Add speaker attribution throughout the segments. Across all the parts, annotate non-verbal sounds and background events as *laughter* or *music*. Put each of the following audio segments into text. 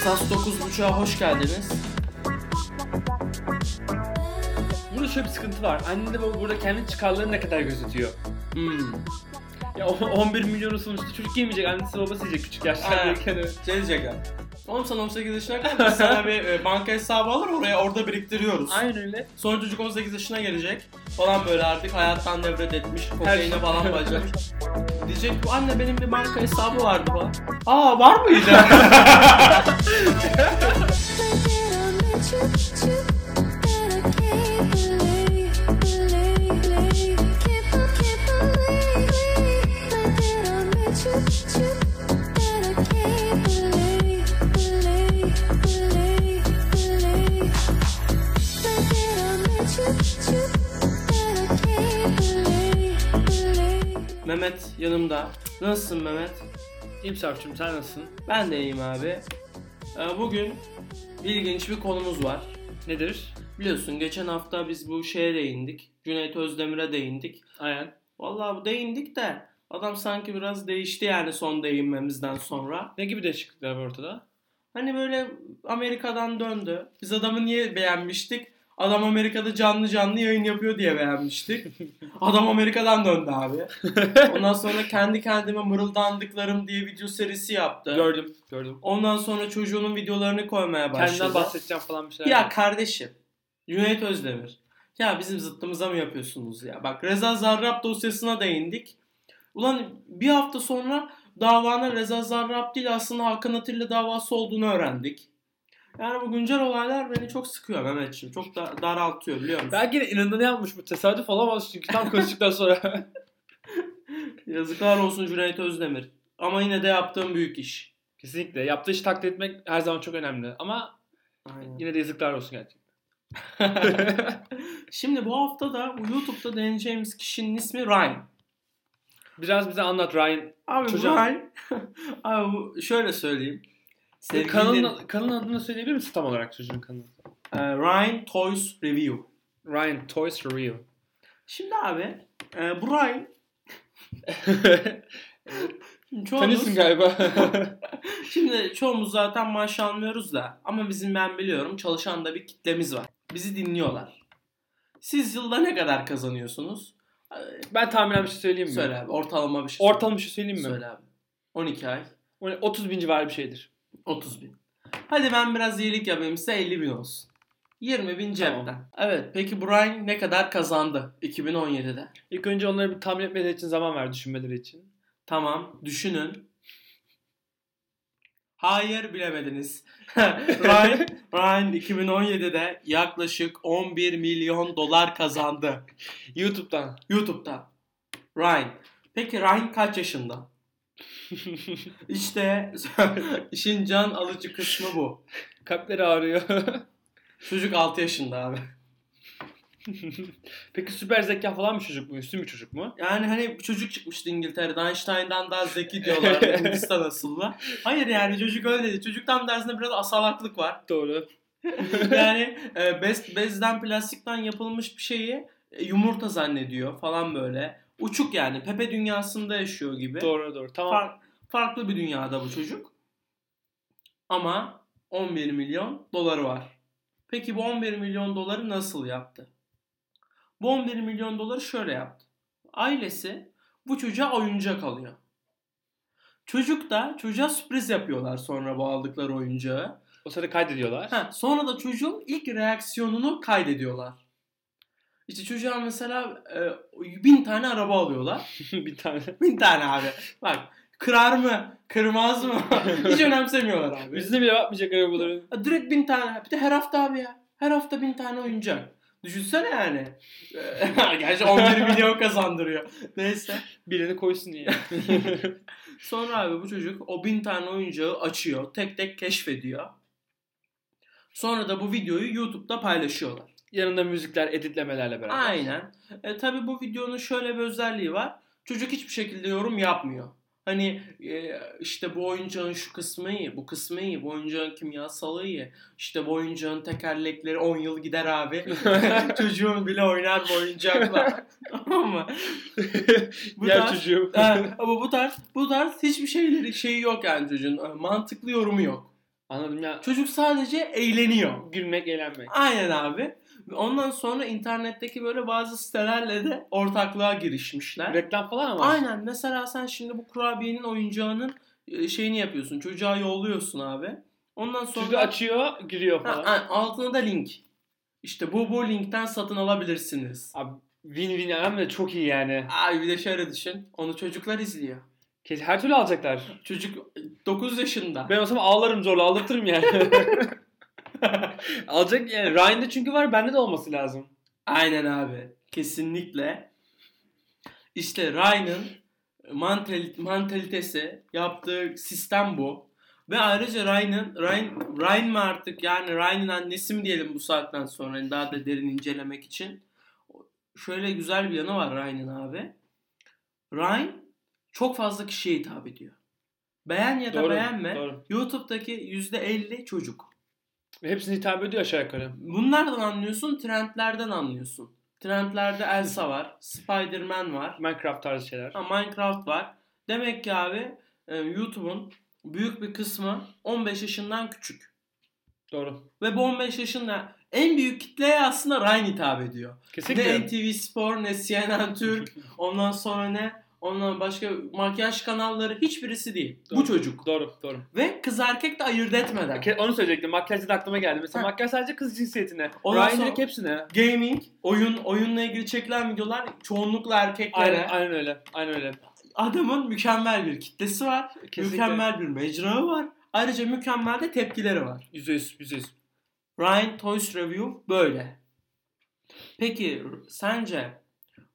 Speaker 1: SAS 9.5'a hoş geldiniz. Burada şöyle bir sıkıntı var. Anne de baba burada kendi çıkarlarını ne kadar gözetiyor. Hmm. Ya o- *laughs* 11 milyonun sonuçta çocuk yemeyecek, annesi babası yiyecek küçük yaşlardayken. evet.
Speaker 2: Şey diyecekler. Oğlum sen 18 yaşına kadar biz sana bir e, banka hesabı alır oraya orada biriktiriyoruz.
Speaker 1: Aynen öyle.
Speaker 2: Sonra çocuk 18 yaşına gelecek falan böyle artık hayattan nefret etmiş, kokaine
Speaker 1: şey.
Speaker 2: falan başlamış. Diyecek bu anne benim bir banka hesabı vardı falan. Aa var mıydı? *laughs* Mehmet yanımda. Nasılsın Mehmet?
Speaker 1: İyiyim Serpçim, sen nasılsın?
Speaker 2: Ben de iyiyim abi. Ee, Bugün ilginç bir konumuz var.
Speaker 1: Nedir?
Speaker 2: Biliyorsun geçen hafta biz bu şeye değindik. Cüneyt Özdemir'e değindik.
Speaker 1: Aynen.
Speaker 2: Vallahi bu değindik de adam sanki biraz değişti yani son değinmemizden sonra.
Speaker 1: Ne gibi değişiklikler var ortada?
Speaker 2: Hani böyle Amerika'dan döndü. Biz adamı niye beğenmiştik? Adam Amerika'da canlı canlı yayın yapıyor diye
Speaker 1: *laughs*
Speaker 2: beğenmiştik. Adam Amerika'dan döndü abi. Ondan sonra kendi kendime mırıldandıklarım diye video serisi yaptı.
Speaker 1: Gördüm, gördüm.
Speaker 2: Ondan sonra çocuğunun videolarını koymaya başladı.
Speaker 1: Kendinden bahsedeceğim falan bir şeyler.
Speaker 2: Ya kardeşim. Cüneyt Özdemir. Ya bizim zıttımıza mı yapıyorsunuz ya? Bak Reza Zarrab dosyasına değindik. Ulan bir hafta sonra davanın Reza Zarrab değil aslında Hakan Atilla davası olduğunu öğrendik. Yani bu güncel olaylar beni çok sıkıyor Mehmetciğim. Çok da daraltıyor biliyor musun?
Speaker 1: Belki de inadına yapmış bu tesadüf olamaz çünkü tam konuştuktan sonra. *laughs*
Speaker 2: Yazıklar olsun Cüneyt Özdemir. Ama yine de yaptığım büyük iş.
Speaker 1: Kesinlikle. Yaptığı işi taklit etmek her zaman çok önemli. Ama
Speaker 2: Aynen.
Speaker 1: yine de yazıklar olsun gerçekten.
Speaker 2: *laughs* Şimdi bu hafta da bu YouTube'da deneyeceğimiz kişinin ismi Ryan.
Speaker 1: Biraz bize anlat Ryan.
Speaker 2: Abi
Speaker 1: Çocuğa-
Speaker 2: bu hal... *laughs* Abi bu şöyle söyleyeyim. Sevgili
Speaker 1: Kanalın, kanalın adını söyleyebilir misin tam olarak çocuğun kanalı?
Speaker 2: e, Ryan Toys Review.
Speaker 1: Ryan Toys Review.
Speaker 2: Şimdi abi e, bu Ryan
Speaker 1: *laughs*
Speaker 2: şimdi çoğumuz,
Speaker 1: Tanıyorsun galiba.
Speaker 2: şimdi çoğumuz zaten maaş almıyoruz da ama bizim ben biliyorum çalışan da bir kitlemiz var. Bizi dinliyorlar. Siz yılda ne kadar kazanıyorsunuz?
Speaker 1: *laughs* ben tahminen bir şey söyleyeyim mi?
Speaker 2: Söyle abi ortalama bir şey. söyle.
Speaker 1: Ortalama bir şey söyleyeyim mi?
Speaker 2: Söyle abi. 12 ay.
Speaker 1: Yani 30 bin civarı bir şeydir.
Speaker 2: 30 bin. Hadi ben biraz iyilik yapayım size 50 bin olsun. 20 bin
Speaker 1: Tamam.
Speaker 2: cepten. Evet peki Brian ne kadar kazandı 2017'de?
Speaker 1: İlk önce onları bir tahmin etmeleri için zaman ver düşünmeleri için.
Speaker 2: Tamam düşünün. Hayır bilemediniz. *laughs* Brian, Brian 2017'de yaklaşık 11 milyon dolar kazandı.
Speaker 1: YouTube'dan.
Speaker 2: YouTube'da. Ryan. Peki Ryan kaç yaşında? İşte *laughs* işin can alıcı kısmı bu.
Speaker 1: Kalpleri ağrıyor. *laughs*
Speaker 2: Çocuk 6 yaşında abi.
Speaker 1: Peki süper zeka falan bir çocuk mu? Üstün bir çocuk mu?
Speaker 2: Yani hani bir çocuk çıkmıştı İngiltere'de Einstein'dan daha zeki diyorlar Hindistan asıllı. Hayır yani çocuk öyle değil. Çocuktan dersinde biraz asalaklık var.
Speaker 1: Doğru.
Speaker 2: yani e, bez, bezden plastikten yapılmış bir şeyi e, yumurta zannediyor falan böyle. Uçuk yani Pepe dünyasında yaşıyor gibi.
Speaker 1: Doğru doğru. Tamam.
Speaker 2: Far- farklı bir dünyada bu çocuk. Ama 11 milyon doları var. Peki bu 11 milyon doları nasıl yaptı? Bu 11 milyon doları şöyle yaptı. Ailesi bu çocuğa oyuncak alıyor. Çocuk da çocuğa sürpriz yapıyorlar sonra bu aldıkları oyuncağı.
Speaker 1: O sırada kaydediyorlar.
Speaker 2: Ha, sonra da çocuğun ilk reaksiyonunu kaydediyorlar. İşte çocuğa mesela e, bin tane araba alıyorlar.
Speaker 1: *laughs*
Speaker 2: *laughs*
Speaker 1: bir tane.
Speaker 2: Bin tane abi. Bak kırar mı? Kırmaz mı? *laughs* Hiç önemsemiyorlar abi.
Speaker 1: Yüzüne bile bakmayacak arabaların.
Speaker 2: Ha, Direkt bin tane. Bir de her hafta abi ya. Her hafta bin tane oyuncak. Düşünsene yani. *laughs* E, Gerçi 11 milyon kazandırıyor. Neyse.
Speaker 1: *laughs* Birini koysun diye. *laughs*
Speaker 2: Sonra abi bu çocuk o bin tane oyuncağı açıyor. Tek tek keşfediyor. Sonra da bu videoyu YouTube'da paylaşıyorlar.
Speaker 1: Yanında müzikler, editlemelerle beraber. *laughs*
Speaker 2: Aynen. E, tabii bu videonun şöyle bir özelliği var. Çocuk hiçbir şekilde yorum yapmıyor. Hani e, işte bu oyuncağın şu kısmı iyi, bu kısmı iyi, bu oyuncağın kimyasalı iyi. İşte bu oyuncağın tekerlekleri 10 yıl gider abi. *laughs* Çocuğun bile oynar bu oyuncakla. *laughs* Tamam mı? Bu
Speaker 1: Yer
Speaker 2: tarz-
Speaker 1: çocuğu.
Speaker 2: Ha, ama bu tarz bu tarz hiçbir şeyleri şeyi yok yani çocuğun. E, Mantıklı yorumu yok.
Speaker 1: Anladım ya.
Speaker 2: Çocuk sadece eğleniyor.
Speaker 1: Gülmek, eğlenmek.
Speaker 2: Aynen abi. Ve Ondan sonra internetteki böyle bazı sitelerle de ortaklığa girişmişler.
Speaker 1: Reklam falan ama.
Speaker 2: Aynen. Mesela sen şimdi bu kurabiyenin oyuncağının e, şeyini yapıyorsun. Çocuğa yolluyorsun abi. Ondan sonra
Speaker 1: Çocuğu açıyor, giriyor
Speaker 2: Ha,
Speaker 1: falan.
Speaker 2: ha, altına da link. İşte bu bu linkten satın alabilirsiniz.
Speaker 1: Abi win-win ama de çok iyi yani.
Speaker 2: Ay bir de şöyle düşün. Onu çocuklar izliyor.
Speaker 1: Kesin her türlü alacaklar.
Speaker 2: Çocuk 9 yaşında.
Speaker 1: Ben olsam ağlarım zorla
Speaker 2: *laughs*
Speaker 1: aldırtırım yani. Alacak yani. Ryan'da çünkü var bende de olması lazım.
Speaker 2: Aynen abi. Kesinlikle. İşte Ryan'ın mantel, mantalitesi yaptığı sistem bu. Ve ayrıca Ryan'ın Ryan, Ryan mı artık yani Ryan'ın annesi mi diyelim bu saatten sonra hani daha da derin incelemek için. Şöyle güzel bir yanı var Ryan'ın abi. Ryan çok fazla kişiye hitap ediyor. Beğen ya da beğenme
Speaker 1: Doğru.
Speaker 2: YouTube'daki %50 çocuk.
Speaker 1: Ve Hepsini hitap ediyor aşağı yukarı.
Speaker 2: Bunlardan anlıyorsun, trendlerden anlıyorsun. Trendlerde Elsa var, Spider-Man var,
Speaker 1: Minecraft tarzı şeyler.
Speaker 2: ha, Minecraft var. Demek ki abi e, YouTube'un büyük bir kısmı 15 yaşından küçük.
Speaker 1: Doğru.
Speaker 2: Ve bu 15 yaşında en büyük kitleye aslında Ryan hitap ediyor.
Speaker 1: Kesinlikle.
Speaker 2: Ne NTV Spor, ne CNN Türk, ondan sonra ne ondan başka makyaj kanalları hiçbirisi değil. Bu
Speaker 1: Doğru.
Speaker 2: çocuk.
Speaker 1: Doğru, doğru.
Speaker 2: Ve kız erkek de ayırt etmeden.
Speaker 1: Ke- Onu söyleyecektim. Makyajda da aklıma geldi. Mesela
Speaker 2: Ha.
Speaker 1: makyaj sadece kız cinsiyetine.
Speaker 2: Ondan
Speaker 1: Ryan
Speaker 2: sonra-
Speaker 1: direkt hepsine.
Speaker 2: Gaming, oyun, oyunla ilgili çekilen videolar çoğunlukla erkeklere.
Speaker 1: Aynen, aynen öyle. Aynen öyle.
Speaker 2: adamın mükemmel bir kitlesi var.
Speaker 1: Kesinlikle.
Speaker 2: Mükemmel bir mecra var. Ayrıca mükemmel de tepkileri var.
Speaker 1: Yüzde yüz, yüzde yüz.
Speaker 2: Ryan Toys Review böyle. Peki sence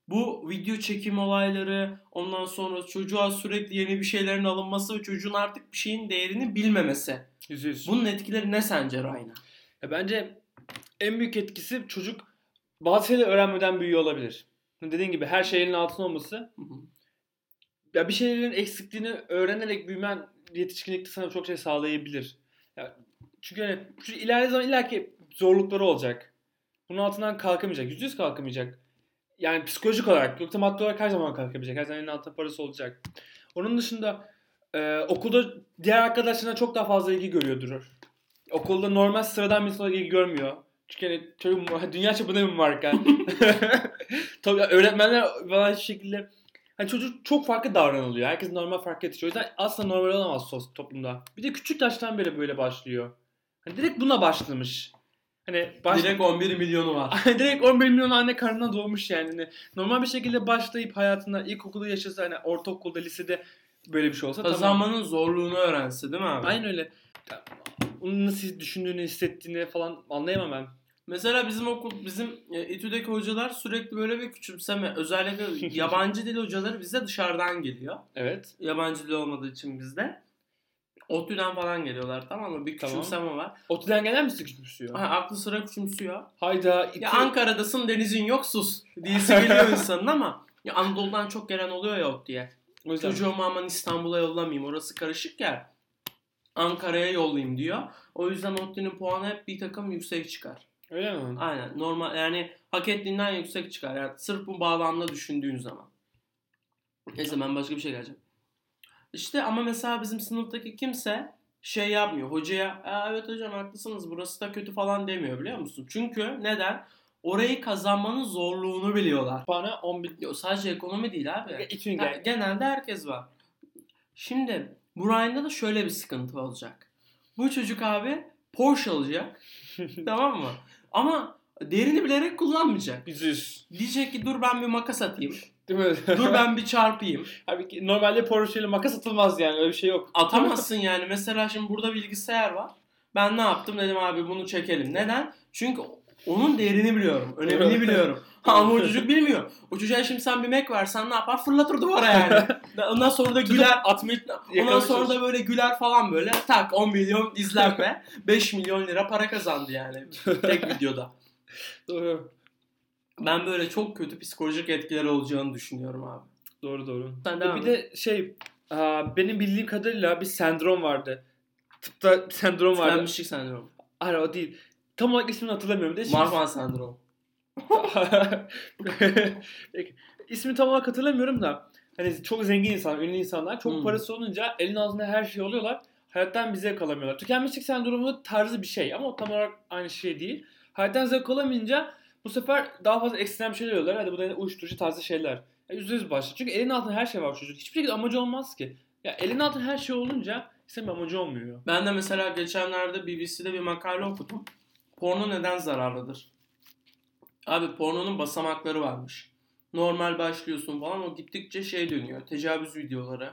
Speaker 2: bu video çekim olayları ondan sonra çocuğa sürekli yeni bir şeylerin alınması ve çocuğun artık bir şeyin değerini bilmemesi.
Speaker 1: Yüzde yüz.
Speaker 2: Bunun etkileri ne sence Ryan'a?
Speaker 1: Ya E, bence en büyük etkisi çocuk bazı şeyleri öğrenmeden büyüyor olabilir. Dediğin gibi her şeyin altında olması.
Speaker 2: Hı hı.
Speaker 1: Ya bir şeylerin eksikliğini öğrenerek büyümen yetişkinlikte sana çok şey sağlayabilir. Ya çünkü hani şu ileride zaman illaki zorlukları olacak. Bunun altından kalkamayacak. Yüzde yüz kalkamayacak. Yani psikolojik olarak yoksa maddi olarak her zaman kalkabilecek. Her zaman elinin altında parası olacak. Onun dışında e, okulda diğer arkadaşlarına çok daha fazla ilgi görüyordur. Okulda normal sıradan bir insana ilgi görmüyor. Çünkü hani çocuk *laughs* dünya çapında bir marka. Tabii öğretmenler falan şu şekilde hani çocuk çok farklı davranılıyor. Herkes normal fark yetişiyor. O yüzden asla normal olamaz sos toplumda. Bir de küçük yaştan beri böyle başlıyor. Hani direkt buna başlamış. Hani baş...
Speaker 2: Direkt 11 milyonu var.
Speaker 1: Direkt 11 milyon anne karnına doğmuş yani. Hani Normal bir şekilde başlayıp hayatına ilkokulda yaşasa hani ortaokulda lisede böyle bir şey olsa tamam.
Speaker 2: Kazanmanın zorluğunu öğrense değil mi abi?
Speaker 1: Aynen öyle. Ya, Onun nasıl düşündüğünü, hissettiğini falan anlayamam ben.
Speaker 2: Mesela bizim okul, bizim e, İTÜ'deki hocalar sürekli böyle bir küçümseme. Özellikle yabancı dil hocaları bize dışarıdan geliyor.
Speaker 1: Evet.
Speaker 2: Yabancı dil olmadığı için bizde. ODTÜ'den falan geliyorlar tamam mı? Bir
Speaker 1: Tamam.
Speaker 2: küçümseme var.
Speaker 1: Otiden gelen mi sıkışmışıyor?
Speaker 2: Ha, aklı sıra küçümsüyor.
Speaker 1: şey Hayda. Iti...
Speaker 2: Ya Ankara'dasın denizin yok sus. Diyesi geliyor insanın ama. Ya Anadolu'dan çok gelen oluyor ya ODTÜ'ye.
Speaker 1: O yüzden.
Speaker 2: Çocuğumu aman İstanbul'a yollamayayım orası karışık ya. Ankara'ya yollayayım diyor. O yüzden ODTÜ'nün puanı hep bir takım yüksek çıkar.
Speaker 1: Öyle mi?
Speaker 2: Aynen normal yani hak ettiğinden yüksek çıkar. Yani sırf bu bağlamda düşündüğün zaman. Neyse ben başka bir şey geleceğim. İşte ama mesela bizim sınıftaki kimse şey yapmıyor. Hocaya "Aa, evet hocam haklısınız burası da kötü falan demiyor biliyor musun? Çünkü neden? Orayı kazanmanın zorluğunu biliyorlar.
Speaker 1: Bana 10 bin...
Speaker 2: Yo, sadece ekonomi değil abi.
Speaker 1: İtin
Speaker 2: Ha,
Speaker 1: gel.
Speaker 2: genelde herkes var. Şimdi Brian'da da şöyle bir sıkıntı olacak. Bu çocuk abi Porsche alacak. tamam mı? Ama derini bilerek kullanmayacak.
Speaker 1: Yüzüz.
Speaker 2: Diyecek ki dur ben bir makas atayım.
Speaker 1: Değil mi?
Speaker 2: Dur
Speaker 1: *laughs*
Speaker 2: ben bir çarpayım.
Speaker 1: Abi ki normalde Porsche ile makas atılmaz yani öyle bir şey yok.
Speaker 2: Atamazsın yani. Mesela şimdi burada bilgisayar var. Ben ne yaptım? Dedim abi bunu çekelim. Neden? Çünkü onun değerini biliyorum. Önemini biliyorum. Ama o çocuk bilmiyor. O çocuğa şimdi sen bir Mac versen ne yapar? Fırlatır duvara yani. Ondan sonra da güler.
Speaker 1: Atmayı
Speaker 2: Ondan sonra da böyle güler falan böyle tak 10 milyon izlenme 5 milyon lira para kazandı yani tek videoda.
Speaker 1: Doğru.
Speaker 2: Ben böyle çok kötü psikolojik etkileri olacağını düşünüyorum abi.
Speaker 1: Doğru doğru.
Speaker 2: Sen
Speaker 1: Ya
Speaker 2: devam et.
Speaker 1: bir de şey aa, benim bildiğim kadarıyla bir sendrom vardı. Tıpta *laughs* bir sendrom vardı.
Speaker 2: Tükenmişlik sendromu.
Speaker 1: Hayır o değil. Tam olarak ismini hatırlamıyorum. De şimdi-
Speaker 2: Marfan sendromu.
Speaker 1: *laughs* Peki. İsmini tam olarak hatırlamıyorum da hani çok zengin insanlar, ünlü insanlar çok
Speaker 2: Hmm.
Speaker 1: parası olunca elin ağzında her şey oluyorlar. Hayattan bize kalamıyorlar. Tükenmişlik sendromu tarzı bir şey ama tam olarak aynı şey değil. Hayattan zevk alamayınca bu sefer daha fazla ekstrem şeyler yiyorlar. Hadi bu da uyuşturucu tarzı şeyler. Ya Yüzde yüz başlıyor. Çünkü elin altında her şey var çocuk. Hiçbir şekilde amacı olmaz ki. Ya elin altında her şey olunca senin bir amacı olmuyor.
Speaker 2: Ben de mesela geçenlerde BBC'de bir makale okudum. Porno neden zararlıdır? Abi pornonun basamakları varmış. Normal başlıyorsun falan o gittikçe şey dönüyor. Tecavüz videoları,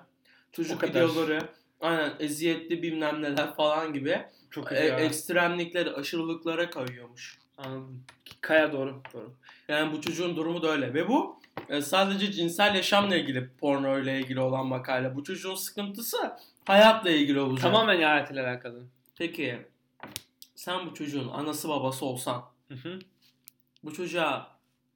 Speaker 1: O
Speaker 2: çocuk
Speaker 1: kadar.
Speaker 2: videoları, aynen eziyetli bilmem neler falan gibi
Speaker 1: Çok
Speaker 2: e, ekstremliklere, aşırılıklara kayıyormuş.
Speaker 1: Anladım. Kaya doğru. Doğru.
Speaker 2: Yani bu çocuğun durumu da öyle. Ve bu e, sadece cinsel yaşamla ilgili porno ile ilgili olan makale. Bu çocuğun sıkıntısı hayatla ilgili olacak.
Speaker 1: Tamamen hayatıyla alakalı.
Speaker 2: Peki sen bu çocuğun anası babası olsan
Speaker 1: Hı hı.
Speaker 2: bu çocuğa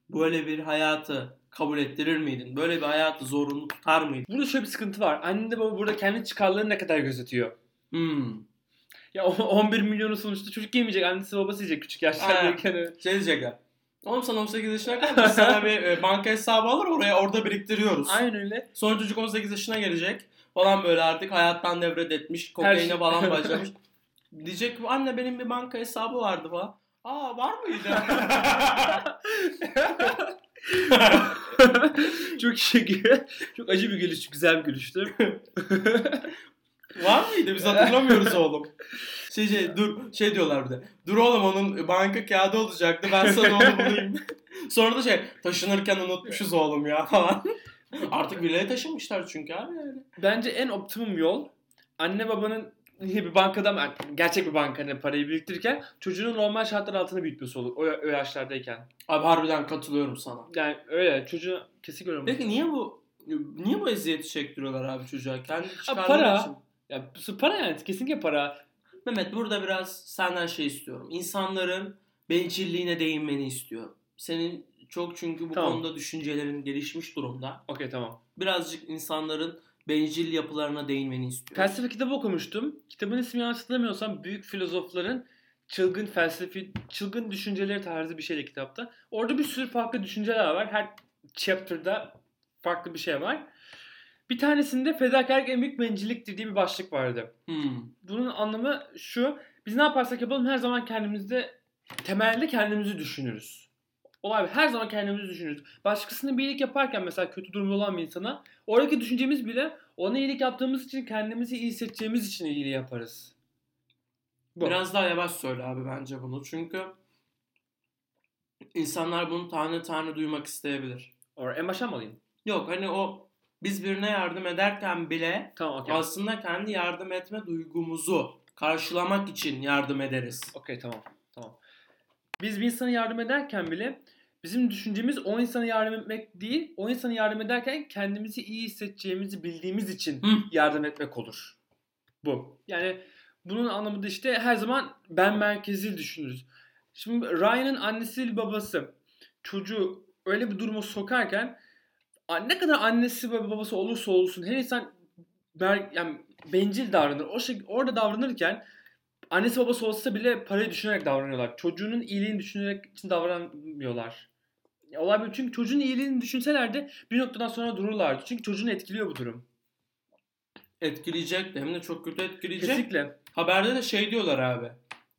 Speaker 2: böyle bir hayatı kabul ettirir miydin? Böyle bir hayatı zorunlu tutar mıydın?
Speaker 1: Burada şöyle bir sıkıntı var. Anne de baba burada kendi çıkarlarını ne kadar gözetiyor.
Speaker 2: Hmm.
Speaker 1: Ya o- *laughs* 11 milyonu sonuçta çocuk yemeyecek. Annesi babası yiyecek küçük yaşlardayken.
Speaker 2: Şey diyecek ya. Oğlum sen 18 yaşına kadar biz sana bir e, banka hesabı alır oraya orada biriktiriyoruz.
Speaker 1: *laughs*
Speaker 2: *laughs*
Speaker 1: Aynen öyle.
Speaker 2: Sonra çocuk 18 yaşına gelecek falan böyle artık hayattan devret etmiş, kokaine
Speaker 1: şey.
Speaker 2: falan başlamış.
Speaker 1: *laughs*
Speaker 2: Diyecek ki anne benim bir banka hesabı vardı falan. Aa var mıydı?
Speaker 1: *laughs* çok şükür. Çok acı bir gülüş. Güzel
Speaker 2: *laughs*
Speaker 1: bir gülüştü.
Speaker 2: Var mıydı? Biz
Speaker 1: *laughs*
Speaker 2: hatırlamıyoruz oğlum. Şey, şey, dur şey diyorlar bir de. Dur oğlum onun banka kağıdı olacaktı. Ben sana
Speaker 1: *laughs*
Speaker 2: onu bulayım. Sonra da şey taşınırken unutmuşuz oğlum ya falan. Artık villaya taşınmışlar çünkü abi yani.
Speaker 1: Bence en optimum yol anne babanın yine bir bankadan yani gerçek bir bankada parayı biriktirirken çocuğunu normal şartlar altında büyütmesi olur o, o yaşlardayken.
Speaker 2: Abi harbiden katılıyorum sana.
Speaker 1: Yani öyle çocuğu kesin görüyorum.
Speaker 2: Peki niye bu niye bu eziyeti çektiriyorlar abi çocuğa? Kendi çıkarları
Speaker 1: para.
Speaker 2: için.
Speaker 1: Ya, bu para yani kesinlikle para.
Speaker 2: Mehmet burada biraz senden şey istiyorum. İnsanların bencilliğine değinmeni istiyorum. Senin çok çünkü bu
Speaker 1: Tamam.
Speaker 2: konuda düşüncelerin gelişmiş durumda.
Speaker 1: Okey tamam.
Speaker 2: birazcık insanların bencil yapılarına değinmeni istiyorum.
Speaker 1: Felsefe kitabı okumuştum. Kitabın ismini yanlış hatırlamıyorsam büyük filozofların çılgın felsefi, çılgın düşünceleri tarzı bir şeydi kitapta. Orada bir sürü farklı düşünceler var. Her chapter'da farklı bir şey var. Bir tanesinde fedakarlık en büyük bencilliktir diye bir başlık vardı.
Speaker 2: Hmm.
Speaker 1: Bunun anlamı şu. Biz ne yaparsak yapalım her zaman kendimizde temelde kendimizi düşünürüz. Olay bu, her zaman kendimizi düşünürüz. Başkasına bir iyilik yaparken mesela kötü durumda olan bir insana oradaki düşüncemiz bile ona iyilik yaptığımız için kendimizi iyi hissedeceğimiz için iyiliği yaparız. Bu.
Speaker 2: Biraz daha yavaş söyle abi bence bunu. Çünkü insanlar bunu tane tane duymak isteyebilir.
Speaker 1: Or, en başa mı alayım?
Speaker 2: Yok hani o biz birine yardım ederken bile
Speaker 1: Tamam okey.
Speaker 2: aslında kendi yardım etme duygumuzu karşılamak için yardım ederiz.
Speaker 1: Okey tamam. Tamam. Biz bir insana yardım ederken bile bizim düşüncemiz o insana yardım etmek değil, o insana yardım ederken kendimizi iyi hissedeceğimizi bildiğimiz için
Speaker 2: Hı.
Speaker 1: yardım etmek olur. Bu. Yani bunun anlamı da işte her zaman ben merkezi düşünürüz. Şimdi Ryan'ın annesi babası çocuğu öyle bir duruma sokarken a- ne kadar annesi ve babası olursa olsun her insan ber- yani bencil davranır. O şey, orada davranırken annesi babası olsa bile parayı düşünerek davranıyorlar. Çocuğunun iyiliğini düşünerek için davranmıyorlar. Ya Olay böyle çünkü çocuğun iyiliğini düşünseler de bir noktadan sonra dururlardı. Çünkü çocuğunu etkiliyor bu durum.
Speaker 2: Etkileyecek de hem de çok kötü etkileyecek.
Speaker 1: Kesinlikle.
Speaker 2: Haberde de şey diyorlar abi.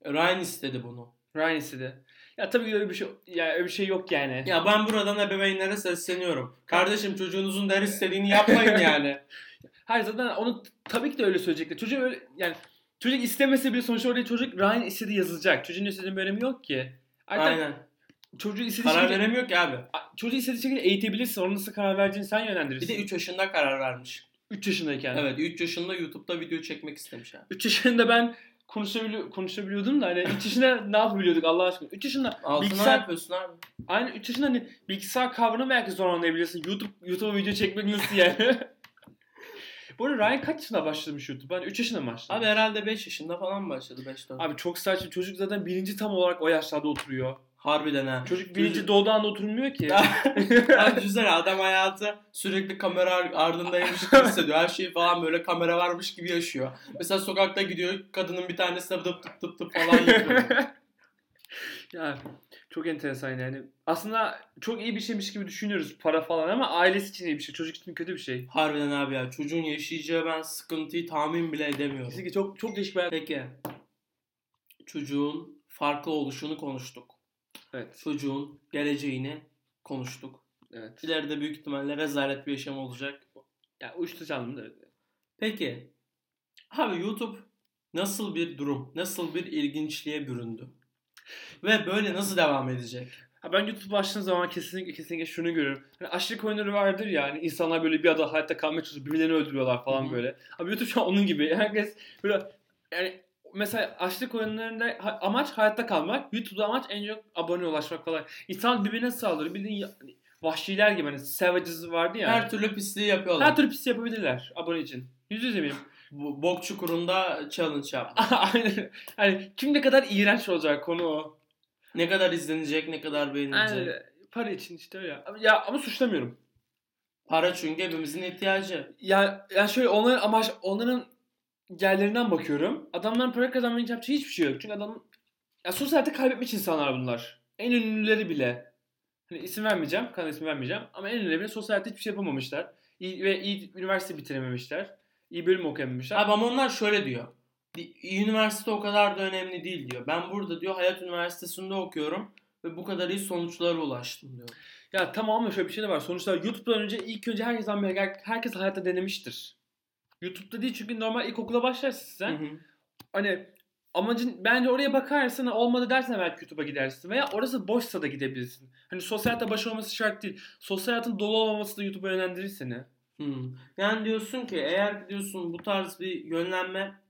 Speaker 2: Ryan istedi bunu.
Speaker 1: Ryan istedi. Ya tabii ki öyle bir şey ya öyle bir şey yok yani.
Speaker 2: Ya ben buradan ebeveynlere sesleniyorum. Kardeşim çocuğunuzun der istediğini yapmayın yani.
Speaker 1: Her zaten onu t- tabii ki de öyle söyleyecekler. Çocuğun öyle yani çocuk istemese bile sonuçta oraya çocuk Ryan istedi yazılacak. Çocuğun istediğinin bir önemi yok ki. Artık
Speaker 2: Aynen.
Speaker 1: çocuğu istediği
Speaker 2: Karar
Speaker 1: şekilde,
Speaker 2: veremiyor ki abi.
Speaker 1: A- çocuğu istediği şekilde eğitebilirsin. Onu nasıl karar vereceğini sen
Speaker 2: Bir
Speaker 1: yönlendirirsin.
Speaker 2: de 3 yaşında karar vermiş.
Speaker 1: 3 yaşındayken.
Speaker 2: Evet 3 yaşında YouTube'da video çekmek istemiş abi.
Speaker 1: 3 yaşında ben konuşabili konuşabiliyordum da hani 3 yaşında ne yapabiliyorduk Allah aşkına. 3 yaşında
Speaker 2: Altına
Speaker 1: Bilgisayar-
Speaker 2: yapıyorsun abi.
Speaker 1: aynı 3 yaşında hani bilgisayar kavramı belki zor anlayabilirsin. YouTube YouTube'a video çekmek nasıl yani? *laughs* Bu arada Ryan kaç yaşında başlamış YouTube'a? Hani 3 yaşında mı başladı?
Speaker 2: Abi herhalde 5 yaşında falan başladı 5 4.
Speaker 1: Abi çok saçma. Çocuk zaten birinci tam olarak o yaşlarda oturuyor.
Speaker 2: Harbiden ha.
Speaker 1: Çocuk birinci doğduğu anda oturmuyor *laughs* ki.
Speaker 2: Abi düşünsene adam hayatı sürekli kamera ar- ardındaymış gibi hissediyor. Her şeyi falan böyle kamera varmış gibi
Speaker 1: *laughs*
Speaker 2: yaşıyor. Mesela sokakta gidiyor kadının bir tanesine dıp dıp dıp dıp falan yapıyor.
Speaker 1: Ya çok enteresan yani. Aslında çok iyi bir şeymiş gibi düşünüyoruz para falan ama ailesi için iyi bir şey. Çocuk için kötü bir şey.
Speaker 2: Harbiden abi ya çocuğun yaşayacağı ben sıkıntıyı tahmin bile edemiyorum.
Speaker 1: Kesinlikle çok çok değişik bir hayat.
Speaker 2: Peki çocuğun farklı oluşunu konuştuk.
Speaker 1: Evet.
Speaker 2: Çocuğun geleceğini konuştuk.
Speaker 1: Evet.
Speaker 2: İleride büyük ihtimalle rezalet bir yaşam olacak.
Speaker 1: Ya uçtu canım da.
Speaker 2: Peki abi YouTube nasıl bir durum, nasıl bir ilginçliğe büründü? Ve böyle nasıl devam edecek?
Speaker 1: Ha ben YouTube başladığım zaman kesinlikle kesinlikle şunu görüyorum. Hani açlık oyunları vardır ya hani insanlar böyle bir ada hayatta kalmaya çalışıyor. Birbirlerini öldürüyorlar falan
Speaker 2: Hı hı.
Speaker 1: böyle. Abi YouTube şu an onun gibi. *laughs* Herkes böyle yani mesela açlık oyunlarında ha- amaç hayatta kalmak. YouTube'da amaç en çok abone ulaşmak falan. İnsan birbirine saldırıyor. Bildiğin ya- hani vahşiler gibi hani Savages vardı ya.
Speaker 2: Her türlü pisliği yapıyorlar.
Speaker 1: Her türlü pis yapabilirler abone için. Yüz yüze miyim? *laughs*
Speaker 2: Bu bok çukurunda challenge yap.
Speaker 1: Aynen. Hani kim ne kadar iğrenç olacak konu o.
Speaker 2: Ne kadar izlenecek, ne kadar beğenilecek.
Speaker 1: Aynen. Para için işte öyle. Ya ama suçlamıyorum.
Speaker 2: Para çünkü hepimizin ihtiyacı.
Speaker 1: Ya yani şöyle onların amaç onların yerlerinden bakıyorum. Adamların para kazanmaya yapacağı hiçbir şey yok. Çünkü adam ya sosyal hayatta kaybetmiş insanlar bunlar. En ünlüleri bile. Hani isim vermeyeceğim, kanal ismi vermeyeceğim. Ama en ünlüleri bile sosyal hayatta hiçbir şey yapamamışlar. İyi, ve iyi üniversite bitirememişler. İyi bölüm okuyamamışlar.
Speaker 2: Abi ama onlar şöyle diyor. Di- Üniversite o kadar da önemli değil diyor. Ben burada diyor Hayat Üniversitesi'nde okuyorum ve bu kadar iyi sonuçlara ulaştım diyor.
Speaker 1: Ya tamam da şöyle bir şey de var. Sonuçta YouTube'dan önce ilk önce herkes her- herkes hayatta denemiştir. YouTube'da değil çünkü normal ilkokula başlarsın sen.
Speaker 2: Hı hı.
Speaker 1: Hani amacın bence oraya bakarsın olmadı dersen belki YouTube'a gidersin veya orası boşsa da gidebilirsin. Hani sosyal hayatta baş olması şart değil. Sosyal hayatın dolu olmaması da YouTube'a yönlendirir seni.
Speaker 2: Hmm. Yani diyorsun ki eğer diyorsun bu tarz bir yönlenme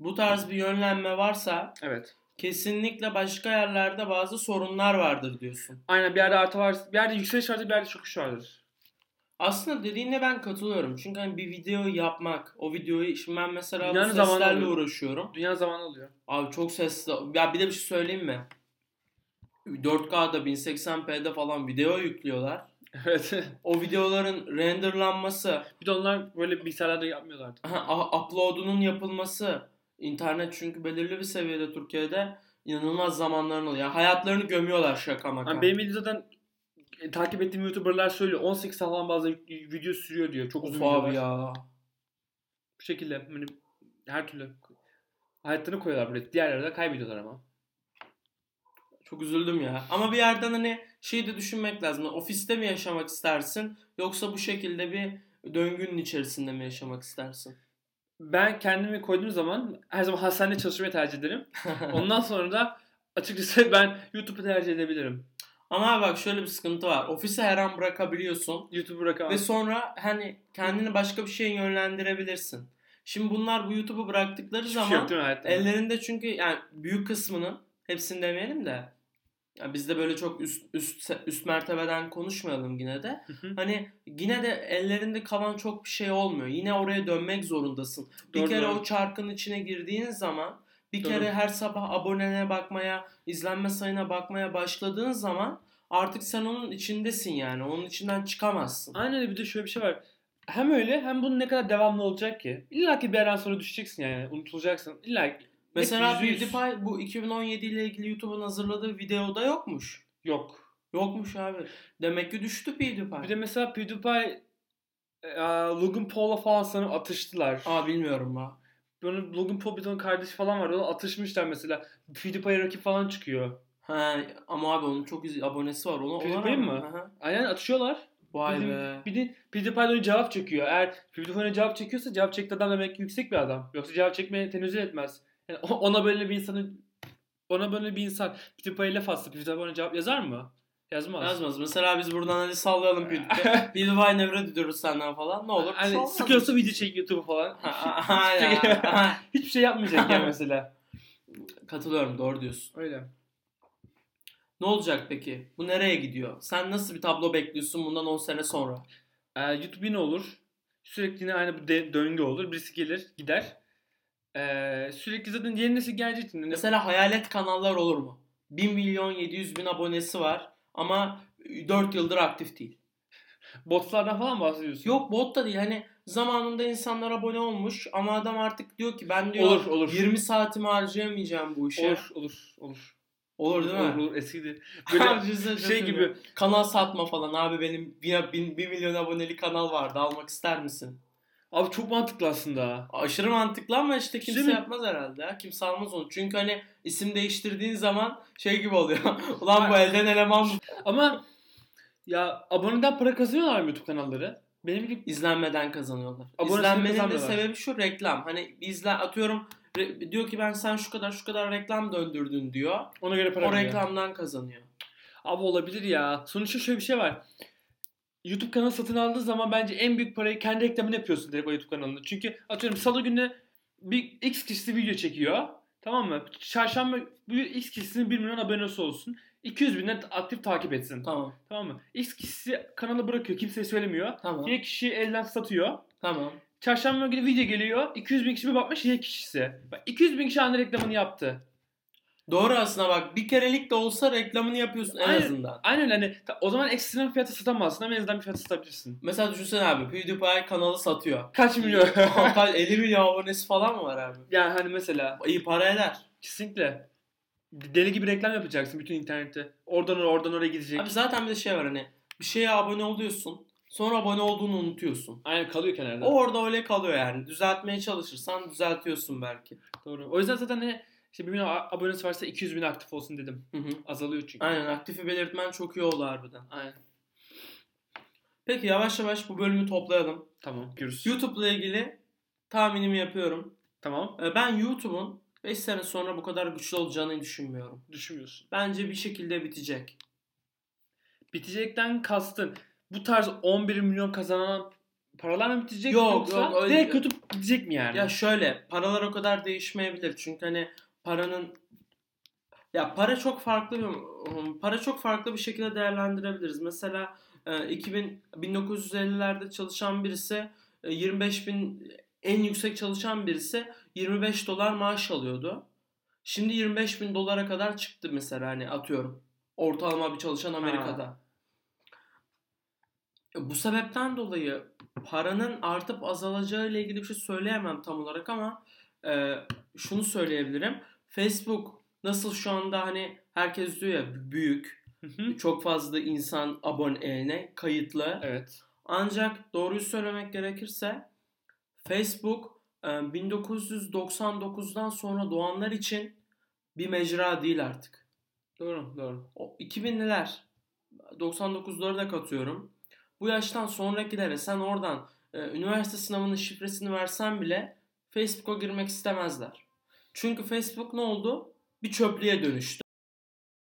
Speaker 2: bu tarz bir yönlenme varsa
Speaker 1: Evet.
Speaker 2: kesinlikle başka yerlerde bazı sorunlar vardır diyorsun.
Speaker 1: Aynen bir yerde artı var, bir yerde yükseliş vardır, bir yerde çöküş vardır.
Speaker 2: Aslında dediğine ben katılıyorum. Çünkü hani bir video yapmak, o videoyu şimdi ben mesela bu
Speaker 1: Yani zaman
Speaker 2: seslerle
Speaker 1: alıyor.
Speaker 2: uğraşıyorum.
Speaker 1: Dünya zamanı
Speaker 2: *laughs*
Speaker 1: oluyor.
Speaker 2: Abi çok sesli. Ya bir de bir şey söyleyeyim mi? 4K'da 1080p'de falan video yüklüyorlar.
Speaker 1: Evet.
Speaker 2: O videoların renderlanması, *laughs*
Speaker 1: bir de onlar böyle bilgisayarlarda yapmıyorlardı.
Speaker 2: aha, upload'unun yapılması, internet çünkü belirli bir seviyede Türkiye'de inanılmaz zamanların oluyor. Yani hayatlarını gömüyorlar şaka maka.
Speaker 1: Yani Hani benim videoda zaten e, takip ettiğim YouTuber'lar söylüyor. 18 saat falan bazı video sürüyor diyor. Çok uzun
Speaker 2: Of
Speaker 1: videolar.
Speaker 2: abi ya.
Speaker 1: Bu şekilde hani her türlü hayatlarını koyuyorlar buraya. Diğer yerlerde kaybediyorlar ama.
Speaker 2: Çok üzüldüm ya. Ama bir yerden hani şeyi de düşünmek lazım. Ofiste mi yaşamak istersin yoksa bu şekilde bir döngünün içerisinde mi yaşamak istersin?
Speaker 1: Ben kendimi koyduğum zaman her zaman hastanede çalışmayı
Speaker 2: *laughs*
Speaker 1: tercih ederim. Ondan sonra da açıkçası *laughs* ben YouTube'u tercih edebilirim.
Speaker 2: Ama bak şöyle bir sıkıntı var. Ofisi her an bırakabiliyorsun
Speaker 1: YouTube'u bırakamam.
Speaker 2: ve sonra hani kendini başka bir şeye yönlendirebilirsin. Şimdi bunlar bu YouTube'u bıraktıkları
Speaker 1: Hiçbir şey
Speaker 2: zaman
Speaker 1: yok değil mi hayatta?
Speaker 2: ellerinde çünkü yani büyük kısmının hepsini demeyelim de ya biz de böyle çok üst üst üst mertebeden konuşmayalım yine de.
Speaker 1: Hı hı.
Speaker 2: Hani yine de ellerinde kalan çok bir şey olmuyor. Yine oraya dönmek zorundasın. Bir
Speaker 1: Doğru,
Speaker 2: kere
Speaker 1: doğru.
Speaker 2: o çarkın içine girdiğin zaman bir
Speaker 1: Doğru.
Speaker 2: kere her sabah abonene bakmaya, izlenme sayına bakmaya başladığın zaman artık sen onun içindesin yani. Onun içinden çıkamazsın.
Speaker 1: Aynen öyle bir de şöyle bir şey var. Hem öyle hem bunun ne kadar devamlı olacak ki. İlla ki bir yerden sonra düşeceksin yani. Unutulacaksın. İlla ki.
Speaker 2: Mesela
Speaker 1: Hep yüzde yüz.
Speaker 2: PewDiePie bu 2017 ile ilgili YouTube'un hazırladığı videoda yokmuş.
Speaker 1: Yok.
Speaker 2: Yokmuş abi. Demek ki düştü PewDiePie.
Speaker 1: Bir de mesela PewDiePie e, Logan Paul'la falan sanırım atıştılar.
Speaker 2: Aa bilmiyorum ha.
Speaker 1: Böyle Logan Paul bir tane kardeşi falan var. Ona atışmışlar mesela. PewDiePie rakip falan çıkıyor.
Speaker 2: Ha ama abi onun çok iz- abonesi var. Ona, ona
Speaker 1: PewDiePie mi?
Speaker 2: rağmen- Hı hı.
Speaker 1: Aynen atışıyorlar.
Speaker 2: Vay
Speaker 1: Bizim-
Speaker 2: be.
Speaker 1: Bir de PewDiePie de ona cevap çekiyor. Eğer PewDiePie ona cevap çekiyorsa cevap çekti adam demek ki yüksek bir adam. Yoksa cevap çekmeye tenezzül etmez. Yani o- ona böyle bir insanın ona böyle bir insan PewDiePie laf atsa PewDiePie ona cevap yazar mı? Yazmaz.
Speaker 2: Yazmaz. Mesela biz buradan hani sallayalım
Speaker 1: *laughs*
Speaker 2: PewDiePie. PewDiePie nefret ediyoruz senden falan. Ne *laughs* olur. bir şey
Speaker 1: Hani
Speaker 2: olmaz.
Speaker 1: sıkıyorsa video çek YouTube falan.
Speaker 2: Ha, *laughs* ha, ha, ya, ha.
Speaker 1: Hiçbir şey
Speaker 2: *laughs*
Speaker 1: yapmayacak ya mesela.
Speaker 2: Katılıyorum doğru diyorsun.
Speaker 1: Öyle.
Speaker 2: Ne olacak peki? Bu nereye gidiyor? Sen nasıl bir tablo bekliyorsun bundan 10 sene sonra?
Speaker 1: Ee, YouTube yine olur. Sürekli yine aynı bu de- döngü olur. Birisi gelir gider. Ee, sürekli zaten yeni nesil geleceği için. hani
Speaker 2: Mesela hayalet kanallar olur mu? 1 milyon 700 bin abonesi var ama 4 yıldır aktif değil.
Speaker 1: Botlardan falan bahsediyorsun.
Speaker 2: Yok bot da değil hani zamanında insanlar abone olmuş ama adam artık diyor ki ben diyor
Speaker 1: Olur, olur.
Speaker 2: 20 saatimi harcayamayacağım bu işe.
Speaker 1: Olur olur olur.
Speaker 2: Olur değil *laughs* mi?
Speaker 1: Olur, eskiydi. Böyle
Speaker 2: Düşünsene,
Speaker 1: şey
Speaker 2: şaşırıyor.
Speaker 1: gibi
Speaker 2: Kanal satma falan abi benim bir, bin, bir milyon aboneli kanal vardı almak ister misin?
Speaker 1: abi çok mantıklı aslında. ha.
Speaker 2: Aşırı mantıklı ama işte kimse
Speaker 1: Değil mi?
Speaker 2: yapmaz herhalde ya. Kimse almaz onu. Çünkü hani isim değiştirdiğin zaman şey gibi oluyor. *laughs* Ulan bu elden eleman bu.
Speaker 1: Ama ya aboneden para kazanıyorlar mı YouTube kanalları? Benim gibi
Speaker 2: izlenmeden kazanıyorlar.
Speaker 1: Abonesini
Speaker 2: İzlenmenin de
Speaker 1: kazanmıyorlar.
Speaker 2: sebebi şu reklam. Hani izle atıyorum re- diyor ki ben sen şu kadar şu kadar reklam döndürdün diyor.
Speaker 1: ona göre para
Speaker 2: O
Speaker 1: veriyor.
Speaker 2: reklamdan kazanıyor.
Speaker 1: Abi olabilir ya. Sonuçta şöyle bir şey var. YouTube kanalı satın aldığı zaman bence en büyük parayı kendi reklamını yapıyorsun direkt o YouTube kanalında. Çünkü atıyorum salı günü bir X kişisi video çekiyor. Tamam mı? Çarşamba bu X kişisinin 1 milyon abonesi olsun. 200 binden aktif takip etsin.
Speaker 2: Tamam.
Speaker 1: Tamam mı? X kişisi kanalı bırakıyor. Kimseye söylemiyor.
Speaker 2: Tamam.
Speaker 1: Diğer kişi elden satıyor.
Speaker 2: Tamam.
Speaker 1: Çarşamba günü video geliyor. 200 bin kişi bir bakmış diğer kişisi. Bak, 200 bin kişi aynı reklamını yaptı.
Speaker 2: Doğru aslında bak bir kerelik de olsa reklamını yapıyorsun en
Speaker 1: Aynen.
Speaker 2: azından.
Speaker 1: Aynen öyle. Hani, ta- o zaman ekstrem fiyata satamazsın ama en azından bir fiyata satabilirsin.
Speaker 2: Mesela düşünsene abi PewDiePie kanalı satıyor.
Speaker 1: Kaç milyon? *laughs*
Speaker 2: Hatta 50 milyon abonesi falan mı var abi?
Speaker 1: Yani hani mesela
Speaker 2: İyi para eder.
Speaker 1: kesinlikle deli gibi reklam yapacaksın bütün internette. Oradan oraya oradan oraya gidecek.
Speaker 2: Abi zaten bir de şey var hani bir şeye abone oluyorsun sonra abone olduğunu unutuyorsun.
Speaker 1: Aynen kalıyor kenarda.
Speaker 2: O orada öyle kalıyor yani. Düzeltmeye çalışırsan düzeltiyorsun belki.
Speaker 1: Doğru. O yüzden zaten hani işte bir milyon a- abonesi varsa 200 bin aktif olsun dedim.
Speaker 2: Hı hı.
Speaker 1: Azalıyor çünkü.
Speaker 2: Aynen aktifi belirtmen çok iyi oldu harbiden.
Speaker 1: Aynen.
Speaker 2: Peki yavaş yavaş bu bölümü toplayalım.
Speaker 1: Tamam. Görüşürüz.
Speaker 2: YouTube'la ilgili tahminimi yapıyorum.
Speaker 1: Tamam.
Speaker 2: Ee, Ben YouTube'un 5 sene sonra bu kadar güçlü olacağını düşünmüyorum.
Speaker 1: Düşünmüyorsun.
Speaker 2: Bence bir şekilde bitecek.
Speaker 1: Bitecekten kastın. Bu tarz 11 milyon kazanan paralar mı bitecek
Speaker 2: Yok,
Speaker 1: yoksa
Speaker 2: yok, öyle-
Speaker 1: direkt YouTube gidecek mi yani?
Speaker 2: Ya şöyle paralar o kadar değişmeyebilir. Çünkü hani paranın ya para çok farklı bir um, para çok farklı bir şekilde değerlendirebiliriz. Mesela e, 2000 1950'lerde çalışan birisi e, 25 bin en yüksek çalışan birisi 25 dolar maaş alıyordu. Şimdi 25 bin dolara kadar çıktı mesela hani atıyorum. Ortalama bir çalışan Amerika'da. E, Bu sebepten dolayı paranın artıp azalacağı ile ilgili bir şey söyleyemem tam olarak ama e, şunu söyleyebilirim. Facebook nasıl şu anda hani herkes diyor ya büyük,
Speaker 1: Hı hı.
Speaker 2: çok fazla insan abone kayıtlı.
Speaker 1: Evet.
Speaker 2: Ancak doğruyu söylemek gerekirse Facebook e, 1999'dan sonra doğanlar için bir mecra değil artık.
Speaker 1: Doğru doğru.
Speaker 2: O 2000'liler 99'ları da katıyorum. Bu yaştan sonrakilere sen oradan e, üniversite sınavının şifresini versen bile Facebook'a girmek istemezler. Çünkü Facebook ne oldu? Bir çöplüğe dönüştü.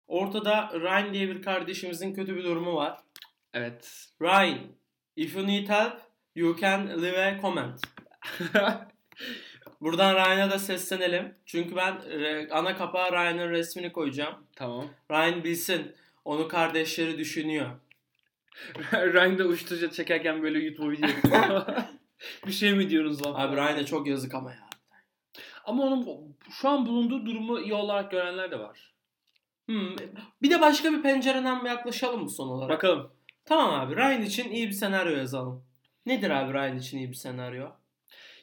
Speaker 2: Ortada Ryan diye bir kardeşimizin kötü bir durumu var.
Speaker 1: Evet.
Speaker 2: Ryan, if you need help, you can leave a comment. Buradan Ryan'a da seslenelim. Çünkü ben e, ana kapağa Ryan'ın resmini koyacağım.
Speaker 1: tamam. *laughs*
Speaker 2: Ryan bilsin. Onu kardeşleri düşünüyor.
Speaker 1: Ryan da uyuşturucu çekerken böyle YouTube video yapıyor. *laughs* bir şey mi diyorsunuz lan?
Speaker 2: Abi Ryan'a çok yazık ama ya.
Speaker 1: Ama onun bu- şu an bulunduğu durumu iyi olarak görenler de var.
Speaker 2: Hmm. Bir de başka bir pencereden yaklaşalım mı son olarak?
Speaker 1: Bakalım.
Speaker 2: Tamam abi Ryan için iyi bir senaryo yazalım. Nedir abi Ryan için iyi bir senaryo?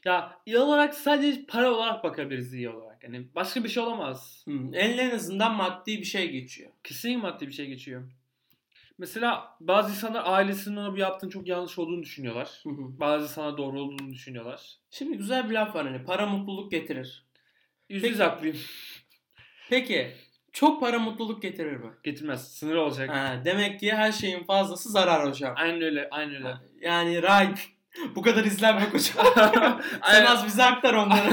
Speaker 1: Ya iyi olarak sadece para olarak bakabiliriz iyi olarak. Yani başka bir şey olamaz.
Speaker 2: Hmm. Eline en azından maddi bir şey geçiyor.
Speaker 1: Kesin maddi bir şey geçiyor. Mesela bazı insanlar ailesinin ona bu yaptığının çok yanlış olduğunu düşünüyorlar.
Speaker 2: Hı hı.
Speaker 1: Bazı insanlar doğru olduğunu düşünüyorlar.
Speaker 2: Şimdi güzel bir laf var hani para mutluluk getirir.
Speaker 1: Yüzde
Speaker 2: Peki.
Speaker 1: yüz haklıyım.
Speaker 2: Peki çok para mutluluk getirir mi?
Speaker 1: Getirmez. Sınır olacak.
Speaker 2: Ha, demek ki her şeyin fazlası zarar hocam.
Speaker 1: Aynen öyle. Aynen öyle.
Speaker 2: Ha, Yani Ryan *laughs* bu kadar izlenme
Speaker 1: *laughs*
Speaker 2: hocam. Sen
Speaker 1: Aynen.
Speaker 2: az bize aktar
Speaker 1: *laughs*
Speaker 2: onları.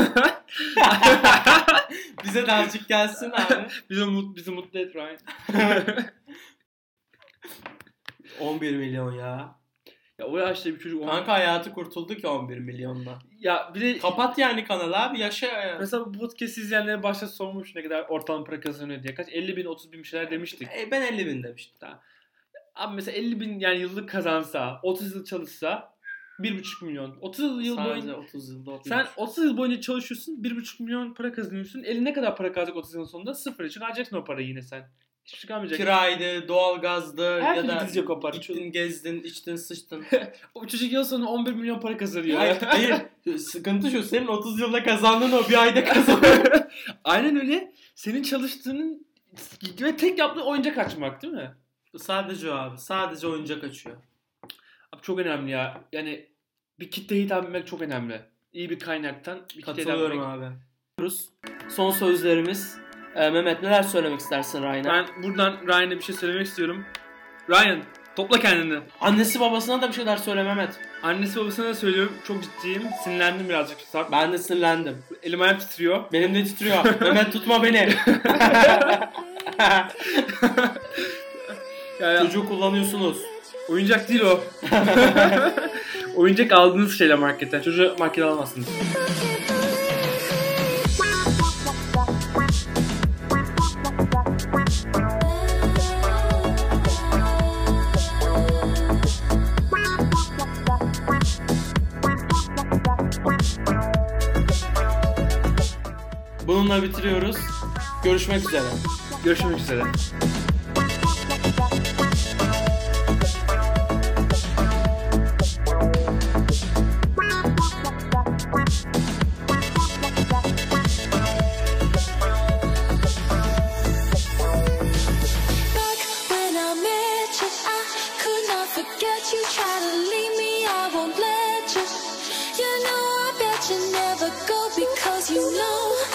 Speaker 2: bize de azıcık gelsin
Speaker 1: *laughs*
Speaker 2: abi.
Speaker 1: bizi, mut, bizi mutlu et Ryan.
Speaker 2: 11 milyon ya.
Speaker 1: Ya o yaşta bir çocuk.
Speaker 2: Kanka hayatı kurtuldu ki 11 milyonla.
Speaker 1: Ya bir de
Speaker 2: Kapat yani kanalı abi yaşa ya.
Speaker 1: mesela bu podcast izleyenlere başta sormuş ne kadar ortalama para kazanıyor diye. Kaç? 50 bin 30 bin bir şeyler demiştik.
Speaker 2: E, ben 50 bin demiştim.
Speaker 1: Abi mesela 50 bin yani yıllık kazansa 30 yıl çalışsa 1,5 milyon. 30 yıl
Speaker 2: Sadece
Speaker 1: boyunca
Speaker 2: 30 yılda 30.
Speaker 1: sen 30 yıl boyunca çalışıyorsun 1,5 milyon para kazanıyorsun. Elin ne kadar para kazanacak 30 yılın sonunda? Sıfır için alacaksın o parayı yine sen. Hiçbir şey kalmayacak.
Speaker 2: kiraydı, doğalgazdı
Speaker 1: Her
Speaker 2: ya
Speaker 1: türlü
Speaker 2: da
Speaker 1: gidecek o para.
Speaker 2: gittin gezdin, içtin,
Speaker 1: *laughs*
Speaker 2: sıçtın.
Speaker 1: O çocuk yıl sonu 11 milyon para kazanıyor. *laughs*
Speaker 2: Hayır, hayır. Sıkıntı şu. Senin 30 yılda kazandığın o bir ayda kazanıyor.
Speaker 1: Aynen öyle. Senin çalıştığının Ve tek yaptığı oyuncak açmak değil mi?
Speaker 2: Sadece o abi. Sadece oyuncak açıyor.
Speaker 1: Abi çok önemli ya. Yani bir kitleye hitap etmek çok önemli. İyi bir kaynaktan bir kitleye hitap
Speaker 2: Katılıyorum
Speaker 1: etmek.
Speaker 2: abi. Son sözlerimiz. Ee, Mehmet neler söylemek istersin Rayna?
Speaker 1: Ben buradan Ryan'a bir şey söylemek istiyorum. Ryan topla kendini.
Speaker 2: Annesi babasına da bir şeyler söyle Mehmet.
Speaker 1: Annesi babasına da söylüyorum. Çok ciddiyim. Sinirlendim birazcık. Sarp.
Speaker 2: Ben de sinirlendim.
Speaker 1: Elim ayağım titriyor.
Speaker 2: Benim de titriyor. Mehmet tutma beni.
Speaker 1: Yani
Speaker 2: Çocuğu kullanıyorsunuz.
Speaker 1: oyuncak değil *laughs* o. oyuncak aldığınız şeyle marketten. Çocuğu market almazsınız.
Speaker 2: Bununla bitiriyoruz. Görüşmek üzere.
Speaker 1: Görüşmek üzere.
Speaker 3: Back when I met you, I could not forget you. Try to leave me, I won't let you. You know I bet you never go because you know